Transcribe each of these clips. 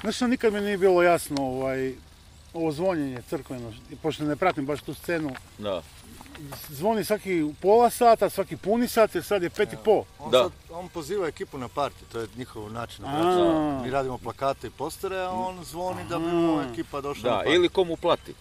Znaš što nikad mi nije bilo jasno ovaj, ovo zvonjenje crkveno, pošto ne pratim baš tu scenu, Da. zvoni svaki pola sata, svaki puni sat, jer sad je pet i po. On, Da. sad, on poziva ekipu na partiju, to je njihov način. A. obraćanja. Mi radimo plakate i postere, a on zvoni da bi mu ekipa došla na Da, partiju. ili komu plati.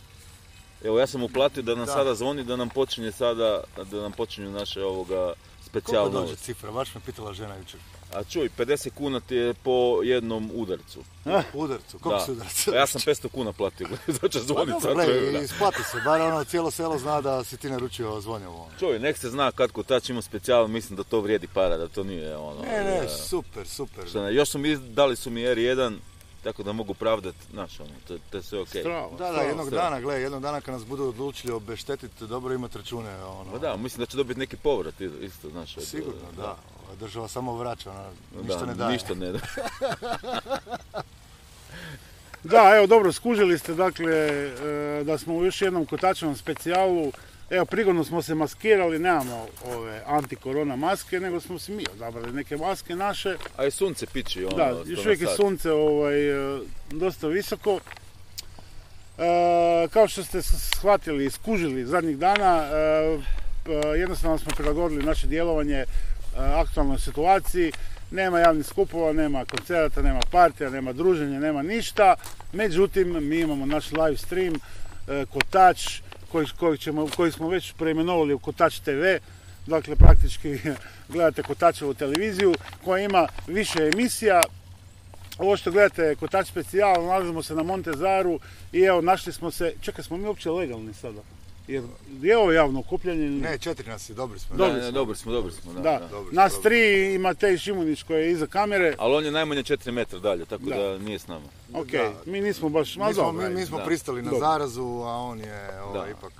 Evo ja sam uplatio da nam Da. sada zvoni, da nam počinje sada, da nam počinju naše ovoga Koliko specijalno. dođe cifra? Baš me pitala žena jučer. A čuj, 50 kuna ti je po jednom udarcu. Eh. U udarcu, koliko Da. se udarca? A ja sam 500 kuna platio, gledaj, zato će Pa zvonit dobro, sad. gle, to je, da. isplati se, bar ono cijelo selo zna da si ti naručio zvonjevo. ono. Čuj, nek se zna kad ko tač ima specijal, mislim da to vrijedi para, da to nije ono... Ne, ne, da- super, super. šta ne, još su mi, dali su mi R1, tako da mogu pravdat, znaš ono, to, to je sve okej. Strava. Da, da, Stvarno, jednog stvarno. dana, gle, jednog dana kad nas budu odlučili obeštetiti, dobro imati račune, ono. Pa da, mislim da će dobiti neki povrat i- isto, znaš. od- e, Sigurno, da. Ova Država samo vraća, ona, Da, ništa ne daje. Ništa ne da. Da, evo dobro, skužili ste dakle e, da smo u još jednom kotačevom specijalu. Evo, prigodno smo se maskirali, nemamo ove antikorona maske, nego smo si mi odabrali neke maske naše. A i sunce piči ono. Da, sto još na uvijek je sat. sunce ovaj, e, dosta visoko. E, kao što ste s- shvatili i skužili zadnjih dana, e, p- jednostavno smo prilagodili naše djelovanje e, aktualnoj situaciji. Nema javnih skupova, nema koncerata, nema partija, nema druženja, nema ništa. Međutim, mi imamo naš live stream, e, Kotač, koji, koji ćemo, koji smo već preimenovali u Kotač TV. Dakle, praktički gledate Kotačevu televiziju koja ima više emisija, ovo što gledate je Kotač specijal, nalazimo se na Montezaru i evo našli smo se, čekaj smo mi uopće legalni sada? Jer je ovo javno okupljanje? ili Ne, četiri nas je, dobri smo. Ne, Dobri ne, smo. dobri smo, dobri smo, da. Da, da. dobro, nas dobro. tri i Matej Šimunić koji je iza kamere, Ali on je najmanje 4 metra dalje, tako Da. da, nije s nama. ok, mi nismo baš, ma Mi smo, dobro, mi, mi ajde. smo da. pristali na Dobro. zarazu, a on je ovaj, Da. ipak...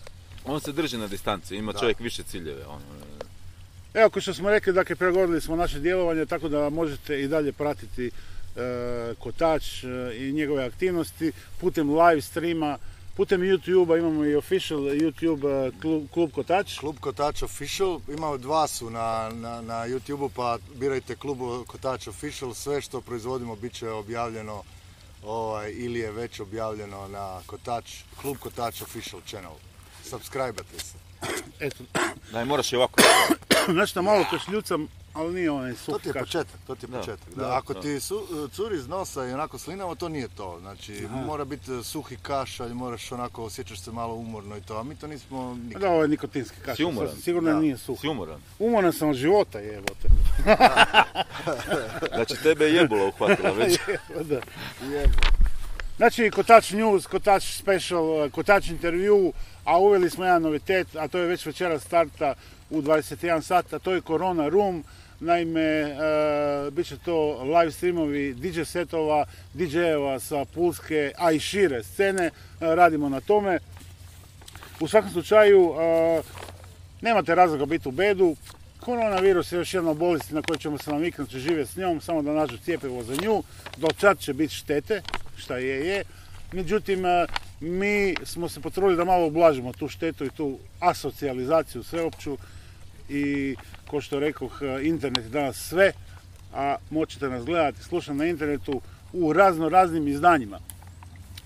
On se drži na distanci, ima Da. čovjek više ciljeve. Ono. Evo, kao što smo rekli, dakle, prilagodili smo naše djelovanje, tako da možete i dalje pratiti e, Kotač e, i njegove aktivnosti putem live streama, putem YouTube-a, imamo i official YouTube e, klub, klub Kotač. Klub Kotač Official, imao dva su na, na, na youtube pa birajte Klub Kotač Official, sve što proizvodimo bit će objavljeno ovaj, ili je već objavljeno na Kotač, Klub Kotač Official channel. Subscribe-ate se. Eto, Da, i moraš i ovako. Znaš šta, Znači malo košljucam, ali nije onaj To ti suhi je kaš. početak, to ti je Da, početak. Da, da, Ako da. ti su, curi iz nosa i onako slinavo, to nije to. Znači, mora biti suhi kašalj, moraš onako, osjećaš se malo umorno i to, a mi to nismo nikad. Da, ovo je nikotinski kaš. Si umoran? Sigurno Da. nije suh. Si umoran. Umoran sam od života, jebote. Znači tebe je jebula uhvatila već. Da. Jebo. Znači, Kotač News, Kotač Special, Kotač Intervju, a uveli smo jedan novitet, a to je već večera starta u 21 sat, a to je Corona Room. Naime, e, bit će to live streamovi DJ setova, DJ-eva sa pulske, a i šire scene. E, radimo na tome. U svakom slučaju, e, nemate razloga biti u bedu. Koronavirus je još jedna od bolesti na koju ćemo se naviknuti žive s njom, samo da nađu cjepivo za nju. Do čad će biti štete, šta je je. Međutim, e, mi smo se potrudili da malo ublažimo tu štetu i tu asocijalizaciju sveopću i ko što rekoh, e, internet je danas sve, a moćete nas gledati, slušati na internetu u razno raznim izdanjima.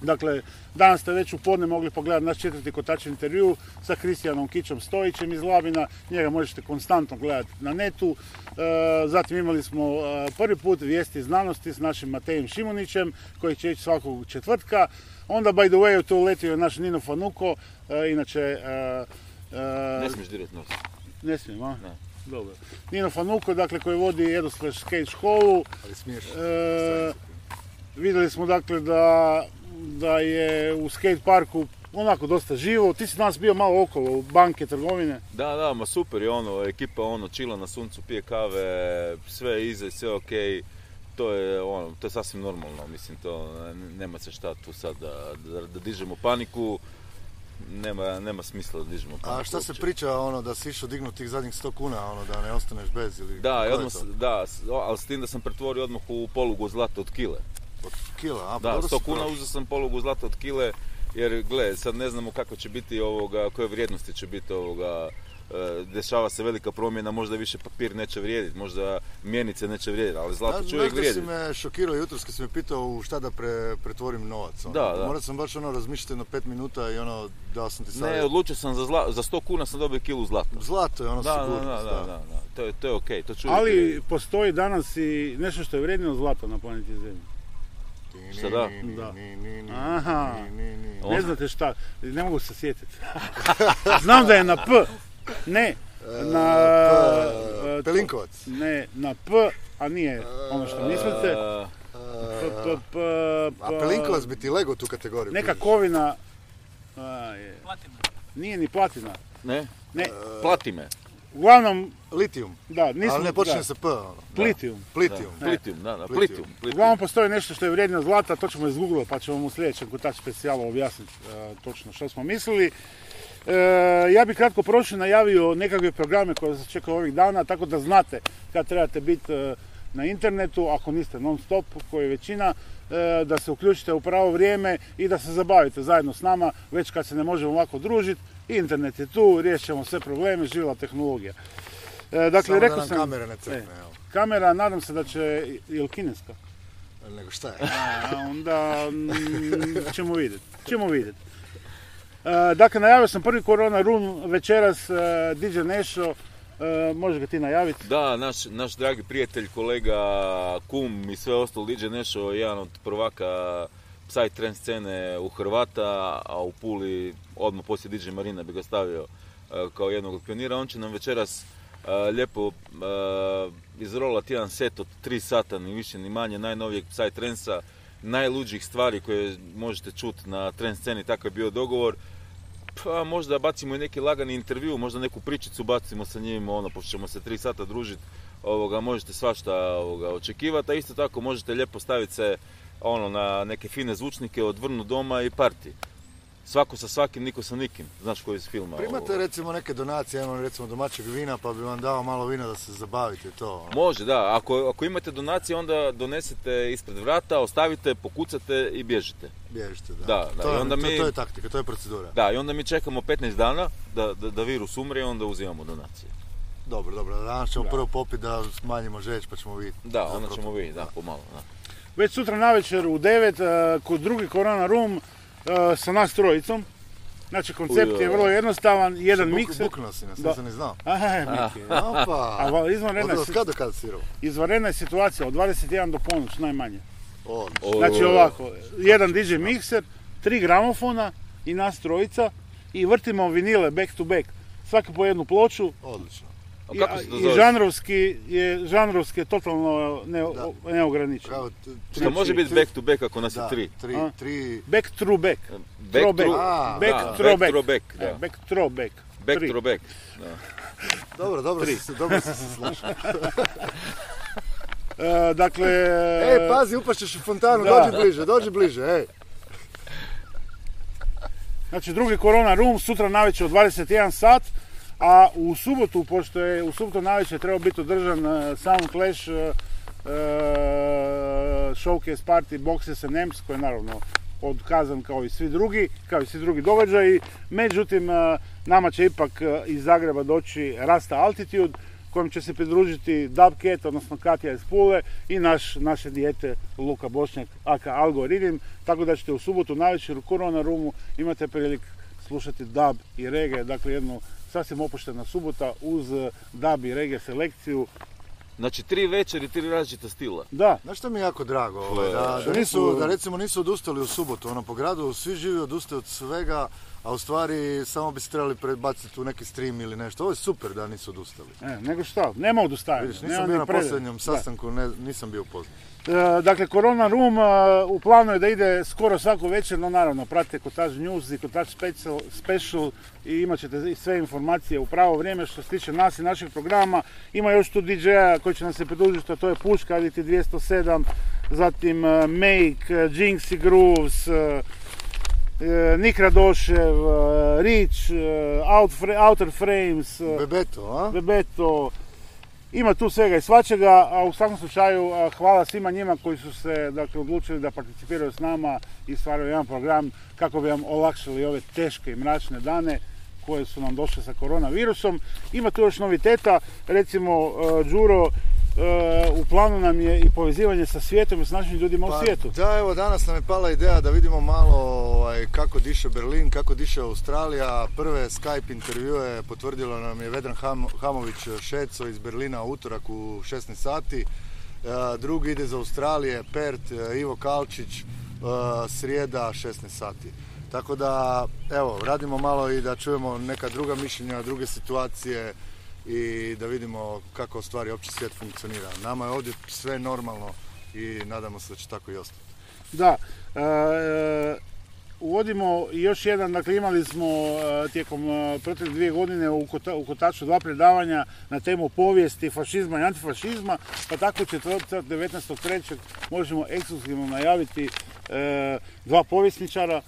Dakle, danas ste već u podne mogli pogledati naš četvrti kotač intervju sa Kristijanom Kićom Stojićem iz Labina. Njega možete konstantno gledati na netu. E, zatim imali smo e, prvi put vijesti znanosti s našim Matejem Šimunićem koji će ići svakog četvrtka. Onda, by the way, tu uletio je naš Nino Fanuko, e, inače... e, e, Ne smiješ dirati nos. ne smijem, a? Ne. Dobro. Nino Fanuko, dakle, koji vodi Edoslash skate školu. Ali smiješ. E, vidjeli smo dakle da, da je u skate parku onako dosta živo. Ti si danas bio malo okolo u banke, trgovine. Da, da, ma super je ono, ekipa ono, čila na suncu, pije kave, sve je iza i sve je okej. To je ono, to je sasvim normalno, mislim to, n- nema se šta tu sad da, da, da dižemo paniku. Nema, nema smisla da dižemo paniku. A šta se uopće. priča ono da si išao dignuti tih zadnjih 100 kuna ono da ne ostaneš bez ili Da, Ko i je odmah, to? s- da, s- o, ali s tim da sam pretvorio odmah u polugu zlata od kile. Od kila, a pa Da, dobro 100 si kuna prošao. uzeo sam polugu zlata od kile, jer gle, sad ne znamo kako će biti ovoga, koje vrijednosti će biti ovoga e, dešava se velika promjena, možda više papir neće vrijediti, možda mjenice neće vrijediti, ali zlato Znaš- će uvijek znaš da si vrijediti. me šokirao jutros kad si me pitao u šta da pre- pretvorim novac. ono. Da, da. Morao sam baš ono razmišljati na pet minuta i ono dao sam ti Ne, savjet. odlučio sam za, zla, za 100 kuna sam dobio kilu zlata. Zlato je ono Da, da, da, sigurnost, da, da, da. To je, to je okej, to ću uvijek Ali vrijediti. postoji danas i nešto što je vrijedno zlato na planeti Zemlji. Šta da? Da. Ni, ni, ni, Aha. ni, ni, ni. Ne znate šta, ne mogu se sjetiti. Znam da je na P. Ne, na... Pa, e, Pelinkovac. Ne, na P, a nije ono što mislite. E, P, P, P, A P, Pelinkovac bi ti lego u tu kategoriju. pa- Neka kužiš. kovina... a, je. Nije ni platina. ne, E, Ne, plati me. uglavnom, Litijum. da, nisam... Ali ne počinje da, sa P. ono. Litijum. Plitijum. Plitium, da, da, Plitium. plitium. Uglavnom postoji nešto što je vrijedno zlata, to ćemo izgooglati pa ćemo mu u sljedećem kotač specijalu objasniti e, točno što smo mislili. E, ja bih kratko prošli najavio nekakve programe koje se čekaju ovih dana, tako da znate kad trebate biti e, na internetu, ako niste non stop, koji je većina, e, da se uključite u pravo vrijeme i da se zabavite zajedno s nama, već kad se ne možemo ovako družiti, internet je tu, riješit ćemo sve probleme, živjela tehnologija. E, dakle, Samo da rekao nam sam... kamera ne crkne, E, evo. kamera, nadam se da će, jel kineska? Nego šta je? A onda mm, ćemo vidjeti. Ćemo vidjeti. E, dakle, najavio sam prvi Corona Room večeras, e, DJ Nešo, e, možeš ga ti najaviti. Da, naš, naš dragi prijatelj, kolega, kum i sve ostalo, DJ Nešo je jedan od prvaka psytrance scene u Hrvata, a u Puli odmah poslije DJ Marina bi ga stavio e, kao jednog od pionira. On će nam večeras e, lijepo e, izrolati jedan set od 3 sata, ni više ni manje, najnovijeg psytrance najluđih stvari koje možete čuti na trance sceni, takav je bio dogovor. Pa možda bacimo i neki lagani intervju, možda neku pričicu bacimo sa njim, ono, pošto ćemo se tri sata družiti, ovoga, možete svašta ovoga, očekivati, a isto tako možete lijepo staviti se ono, na neke fine zvučnike, odvrnu doma i parti. Svako sa svakim, niko sa nikim, znaš koji iz filma. Primate ovoga. recimo neke donacije, ja imam recimo domaćeg vina, pa bi vam dao malo vina da se zabavite to. ono. Može, da, ako, ako imate donacije, onda donesete ispred vrata, ostavite, pokucate i bježite. Bježite, da. Da, da, to, i je, onda to- mi- to je taktika, to je procedura. Da, i onda mi čekamo 15 dana da, da, da virus umre i onda uzimamo donacije. Dobro, dobro, danas ćemo prvo popiti da smanjimo žeć pa ćemo vidjeti. Da, onda Zapravo, ćemo vidjeti, da, pomalo, da. Već sutra navečer u 9, e, kod drugi Corona Room, e, sa nas trojicom. Znači, koncept je vrlo jednostavan, jedan Buk- mikser. Buknuo si nas, Da. nisam ni znao. Aha, mik je. Opa! A va- izvanredna, Od, si- od kada do kada si igrao? izvanredna je situacija, od 21 do ponoć najmanje. Odlično. Znači ovako, jedan DJ mikser, tri gramofona i nas trojica i vrtimo vinile back to back. Svaki po jednu ploču Odlično. A i, kako se to i zove? žanrovski je, žanrovski je totalno ne, neograničen. Kao t- Što može biti tri- back to back ako nas je Znači, Da, tri? tri, A? tri, Back through back. Back Throwback. through- A, back da, throw back back. throw back, da. E, back throw back. Back Tri. to back. Da. dobro, dobro si se, dobro si se slušao. E, dakle, E, Ej, E, pa pazi, upašćeš u fontanu, Da. dođi bliže, dođi bliže, ej. znači drugi Corona Room sutra navečer od 21 sat, a u subotu, pošto je u subotu navečer trebao biti održan e, Sound Clash e, e, showcase party Boxes and Amps, koji je naravno odkazan kao i svi drugi, kao i svi drugi događaji. Međutim, e, nama će ipak e, iz Zagreba doći Rasta Altitude, kojem će se pridružiti Dubcat, odnosno Katja iz Pule i naš, naše dijete Luka Bošnjak, aka Algo Ridim, tako da ćete u subotu navečer u Korona Rumu imate priliku slušati dub i reggae, dakle jednu sasvim opuštena subota uz eh, dub i reggae selekciju. Znači tri večeri, tri različita stila. Da, Znaš što mi je jako drago? Ovaj, da, Što da, nisu, nisu- da recimo nisu odustali u subotu, ono po gradu, svi živi odustaju od svega, a u stvari samo bi se trebali prebaciti u neki stream ili nešto. Ovo je super da nisu odustali. e, nego šta, nema odustajanja. Vidiš, nema nisam bio ni na predaje. posljednjem Da. sastanku, ne, nisam bio poznan. E, dakle, Corona Room e, u planu je da ide skoro svaku večer, no naravno, pratite Kotaž News i Kotaž Special, Special i imat ćete i sve informacije u pravo vrijeme što se tiče nas i našeg programa. Ima još tu DJ-a koji će nam se pridružiti, a to je Puška, Aditi 207, zatim e, Make, e, Jinxi Grooves, e, e, Nik Radošev, e, Rich, e, Outfra- Outer Frames, e, Bebeto, a? Bebeto, ima tu svega i svačega, a u svakom slučaju a, hvala svima njima koji su se dakle, odlučili da participiraju s nama i stvaraju jedan program kako bi vam olakšali ove teške i mračne dane. koje su nam došle sa koronavirusom. Ima tu još noviteta, recimo e, Đuro, e, u planu nam je i povezivanje sa svijetom i s našim ljudima Pa, u svijetu. Da, evo danas nam je pala ideja da vidimo malo ovaj, kako diše Berlin, kako diše Australija. Prve Skype intervjue potvrdilo nam je Vedran Ham- Hamović Šeco iz Berlina u utorak u 16 sati. E, drugi ide za Australije, Pert, e, Ivo Kalčić, e, srijeda 16 sati. Tako da, evo, radimo malo i da čujemo neka druga mišljenja, druge situacije i da vidimo kako stvari opći svijet funkcionira. Nama je ovdje sve normalno i nadamo se da će tako i ostati. Da, e, uvodimo još jedan, dakle imali smo e, tijekom e, protekle dvije godine u, Kota- u Kotaču dva predavanja na temu povijesti fašizma i antifašizma, pa tako četvrtak 19.3. možemo ekskluzivno najaviti e, dva povjesničara,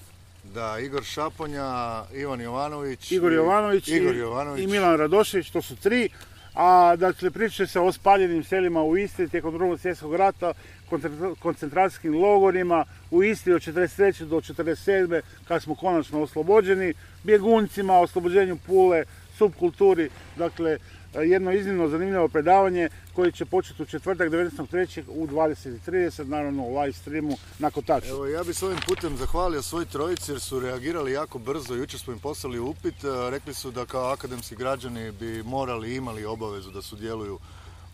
Da, Igor Šaponja, Ivan Jovanović, Igor Jovanović, i- Igor Jovanović. i Milan Radošević, to su tri. A dakle, pričat će se o spaljenim selima u Istri tijekom drugog svjetskog rata, koncentra- koncentracijskim logorima u Istri od 43. do 47. kad smo konačno oslobođeni, bjeguncima, oslobođenju Pule, subkulturi, dakle jedno iznimno zanimljivo predavanje koje će početi u četvrtak 19.3. u 20.30, naravno u live streamu na Kotaču. Evo, ja bih s ovim putem zahvalio svoj trojici jer su reagirali jako brzo. Jučer smo im poslali upit. e, Rekli su da kao akademski građani bi morali i imali obavezu da sudjeluju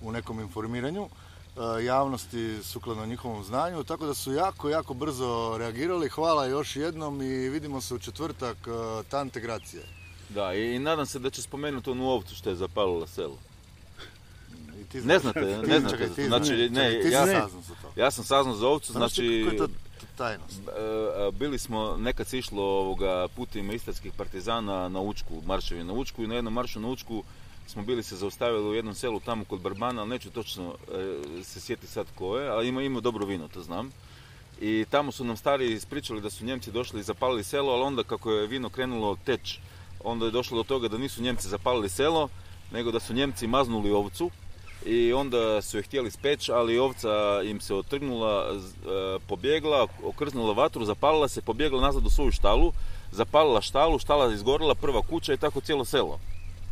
u nekom informiranju e, javnosti sukladno njihovom znanju. Tako da su jako, jako brzo reagirali. Hvala još jednom i vidimo se u četvrtak. e, Tante Gracije. Da, i, i nadam se da će spomenuti onu ovcu što je zapalila selo. I ti Ne znaš. znate, Ti- ne znate. čekaj, ti Znači, znaš. ne, Čekaj, ti si ja- saznao za to. Ja sam saznao za ovcu, Pa Znaš ti znači... koja je to tajnost? E, e, bili smo, nekad se išlo ovoga, putima istarskih partizana na Učku, marševi na Učku i na jednom maršu na Učku smo bili se zaustavili u jednom selu tamo kod Barbana, ali neću točno e, se sjetiti sad ko je, ali ima, ima dobro vino, to znam. I tamo su nam stari ispričali da su Njemci došli i zapalili selo, ali onda kako je vino krenulo teć, onda je došlo do toga da nisu Njemci zapalili selo, nego da su Njemci maznuli ovcu i onda su je htjeli speći, ali ovca im se otrgnula, z- e, pobjegla, okrznula vatru, zapalila se, pobjegla nazad u svoju štalu, zapalila štalu, štala izgorila, prva kuća i tako cijelo selo.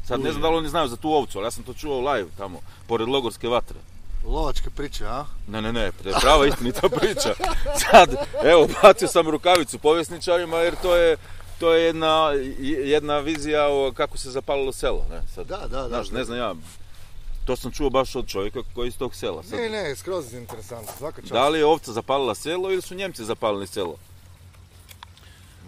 Sad ne znam da li oni znaju za tu ovcu, ali ja sam to čuo live tamo, pored logorske vatre. Lovačke priče, a? Ne, ne, ne, to je prava istinita priča. Sad, evo, bacio sam rukavicu povjesničarima jer to je, to je jedna, jedna vizija o kako se zapalilo selo. Ne? Sad, Da, da, da, znaš, da. ne znam ja, to sam čuo baš od čovjeka koji je iz tog sela. Sad, Ne, ne, skroz interesantno, svaka čast. da li je ovca zapalila selo ili su Njemci zapalili selo?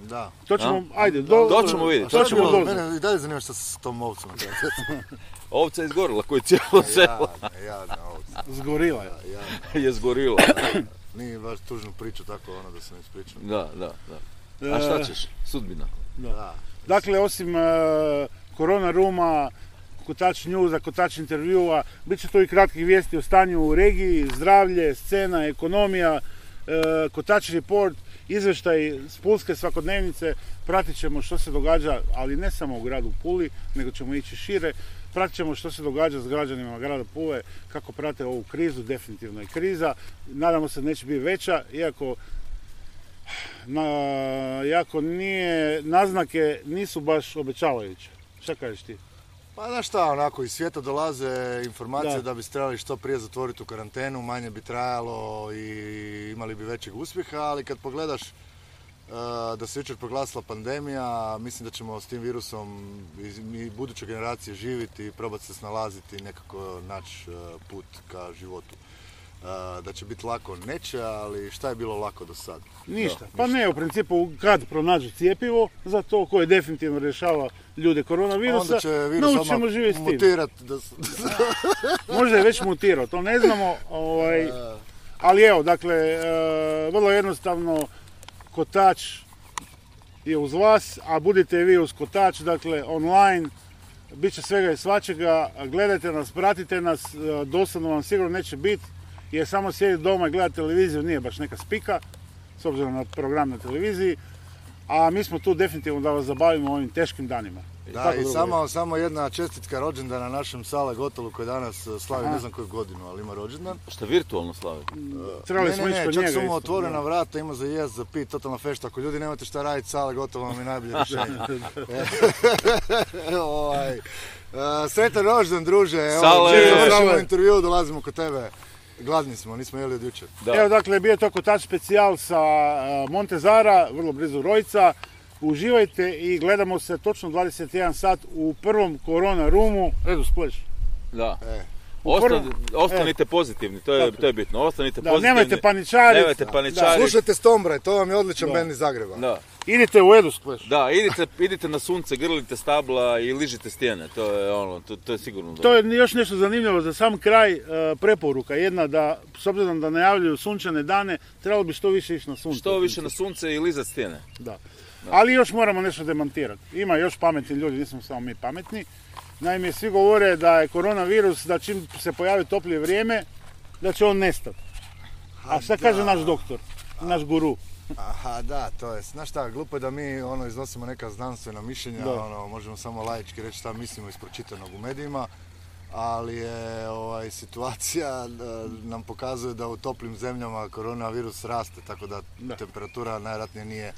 Da. To ćemo, ajde, do, To ćemo vidjeti, A to šta je ćemo bilo vidjeti. doznat? Mene i dalje zanima što se s tom ovcom napravio. Ovca je izgorila koji je cijelo selo Jadna, jadna ovca. Zgorila je. Jadna. je zgorila. Nije baš tužnu priču tako ono da sam ispričao. Da, da, da. A šta ćeš? Sudbina. Da. Dakle, osim e, korona ruma, kotač njuza, kotač intervjua, bit će tu i kratkih vijesti o stanju u regiji, zdravlje, scena, ekonomija, e, kotač report, izveštaj s Pulske svakodnevnice, pratit ćemo što se događa, ali ne samo u gradu Puli, nego ćemo ići šire, pratit ćemo što se događa s građanima grada Pule, kako prate ovu krizu, definitivno je kriza, nadamo se da neće biti veća, iako na, jako nije, naznake nisu baš obećavajuće. Šta kažeš ti? Pa znaš šta, onako iz svijeta dolaze informacije Da. da, bi se trebali što prije zatvoriti u karantenu, manje bi trajalo i imali bi većeg uspjeha, ali kad pogledaš e, da se jučer proglasila pandemija, mislim da ćemo s tim virusom i- i buduće generacije živjeti i probati se snalaziti i nekako naći e, put ka životu. E, Da će biti lako neće, ali šta je bilo lako do sad? Ništa. pa ne, u principu kad pronađu cijepivo za to koje definitivno rješava ljude koronavirusa, Onda će virus naučimo odmah živjeti s tim. mutirat da s- da s- Možda je već mutirao, to ne znamo. Ovaj, ali evo, dakle, e, vrlo jednostavno, kotač je uz vas, a budite i vi uz kotač, dakle, online, bit će svega i svačega, gledajte nas, pratite nas, e, dosadno vam sigurno neće biti, jer samo sjediti doma i gledati televiziju nije baš neka spika, s obzirom na program na televiziji. a mi smo tu definitivno da vas zabavimo ovim teškim danima. Da, Kako i drugo samo, samo jedna čestitka rođendana našem Sala Gotolu koji danas e, slavi Aha. ne znam koju godinu, ali ima rođendan. Šta virtualno slavi? je? Trebali ne, smo ne, ići ne, kod čak njega su mu isto. otvorena vrata, ima za jest, za pit, totalna fešta. Ako ljudi nemate šta raditi, Sala Gotovo vam je najbolje rješenje. ovaj, e, sretan rođendan, druže. Evo, Sale! čim završimo Sale! intervju, dolazimo kod tebe. Gladni smo, nismo jeli od jučer. Da. Evo dakle, bio je to kotač specijal sa e, Montezara, vrlo blizu Rojca. Uživajte i gledamo se točno 21 sat u prvom Corona Roomu. Edu, spleš. Da. E. Ostan- prvom- ostanite pozitivni, to je, to je bitno. Ostanite Da, pozitivni. nemojte paničariti. Nemojte Da. paničariti. Slušajte Stombra, to vam je odličan Da. bend iz Zagreba. Da, Idite u Edu spleš. da idite, idite na sunce, grlite stabla i ližite stijene, to je ono, to, to je sigurno To dobro. je još nešto zanimljivo za sam kraj, e, preporuka jedna da, s obzirom da najavljuju sunčane dane, trebalo bi što više ići na sunce. Što više na sunce i lizat stijene. Da. Ali još moramo nešto demantirati. Ima još pametni ljudi, nismo samo mi pametni. Naime, svi govore da je koronavirus, da čim se pojavi toplije vrijeme, da će on nestati. A šta kaže naš doktor, naš guru? Aha, da, to je, znaš šta, glupo je da mi ono, iznosimo neka znanstvena mišljenja, Da. ono, možemo samo laički reći šta mislimo iz pročitanog u medijima, ali je ovaj, situacija e, nam pokazuje da u toplim zemljama koronavirus raste, tako da, Da. temperatura najvjerojatnije nije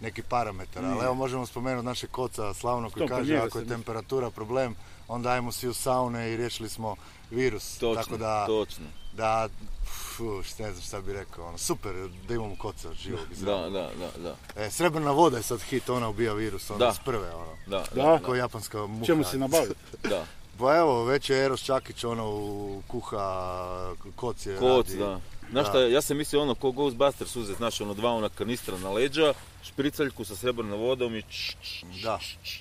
neki parametar, ali evo možemo spomenuti našeg koca Slavno koji To, kod kaže njega ako je sam- temperatura problem, onda ajmo svi u saune i riješili smo virus. tako Točno, da, točno. da, fu, šta- ne znam šta bi rekao, ono, super da imamo koca živog i Da, da, da, da. E, srebrna voda je sad hit, ona ubija virus, ona Da. s prve, ono. Da, Da. da, Tako japanska muha. Čemu se nabaviti? da. Pa evo, već je Eros Čakić, ono, u kuha, koc je Koc, radi. da. Znaš Da. šta, ja sam mislio ono, ko Ghostbusters uzet, znaš, ono, dva ona kanistra na leđa, špricaljku sa srebrnom vodom i č, č, č, Da. č, č.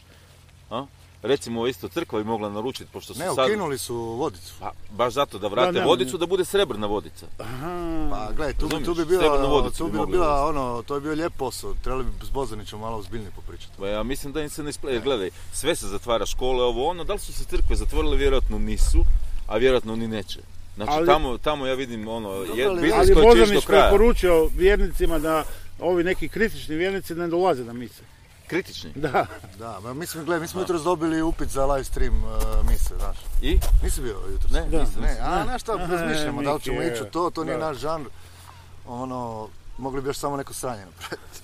A? Recimo, isto crkva bi mogla naručiti, pošto su Ne, sad... ukinuli su vodicu. Pa, baš zato, da vrate Da, ne, vodicu, da bude srebrna vodica. Aha. Pa gledaj, tu, bi- tu bi Razumiješ, bila, srebrnu vodicu tu bi bi mogli bila, ono, to je bio lijep posao, trebali bi s Bozanićem malo ozbiljnije popričati. Pa ja mislim da im se ne isplati. Jer Gledaj, sve se zatvara, škole, ovo ono, da li su se crkve zatvorile, vjerojatno nisu, a vjerojatno ni neće. Znači, Ali- tamo, tamo ja vidim ono, je, ali- biznis Ali koji će ići do Bozanić kraja. preporučio vjernicima da ovi neki kritični vjernici ne dolaze na mise. Kritični. Da. Da, ma mi smo, gledaj, mi smo jutros dobili upit za live stream e, mise, znaš. I? Nisi bio jutros? Ne, Da. nisam, Ne, a znaš šta, Aha, razmišljamo da li ćemo Miki je- ići u to, to nije da. naš žanr. Ono, mogli bi još samo neko sranje napraviti.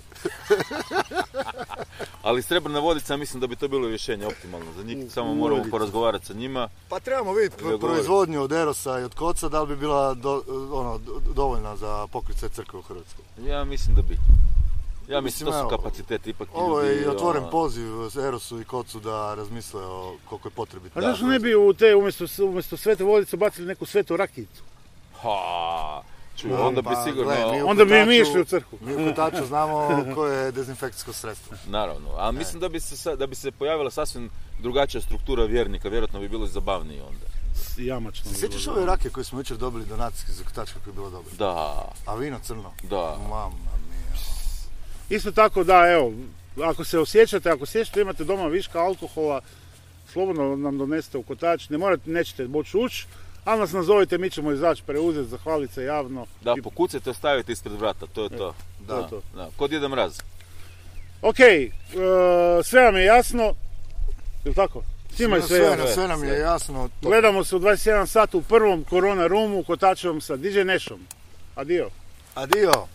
Ali srebrna vodica, mislim da bi to bilo rješenje optimalno za njih. Samo moramo Vodica. porazgovarati sa njima. Pa trebamo vidjeti pro- Dogovoriti. proizvodnju od Erosa i od Koca, da li bi bila do- ono, do- dovoljna za pokrit sve crkve u Hrvatskoj. Ja mislim da bi. Ja mislim, Mislim, to su evo, kapaciteti ipak i Ovo je ljudi, i otvoren ono, poziv Erosu i Kocu da razmisle o koliko je potrebito. A zašto ne bi u te, umjesto, umjesto svete vodice bacili neku svetu rakijicu? Ha, čuj, Pa, onda bi pa, sigurno, gle, mi u Onda bi i mi Kotaču- išli u crkvu. Mi u Kotaču znamo koje je dezinfekcijsko sredstvo. naravno, a mislim da bi, se, sa- da bi se pojavila sasvim drugačija struktura vjernika, vjerojatno bi bilo i zabavnije onda. Jamačno. Se sjećaš ove rake koje smo jučer dobili donacijski za Kotačka koje je bilo dobro? Da, A vino crno? da. Mama mia. Isto tako da, evo, ako se osjećate, ako osjećate da imate doma viška alkohola, slobodno nam donesete u kotač, ne morate, nećete moći ući, ali nas nazovite, mi ćemo izaći, preuzeti, zahvaliti se javno. Da, I- pokucajte, ostavite ispred vrata, to je to. E, to je to. da. Kod jedan mraz. Ok, e, sve vam je jasno, jel tako? Svima je sve sve, jasno. nam- sve nam je sve. jasno. To- Gledamo se u 21 sat u prvom Corona Roomu u Kotačevom sa DJ Nešom. Adio. Adio.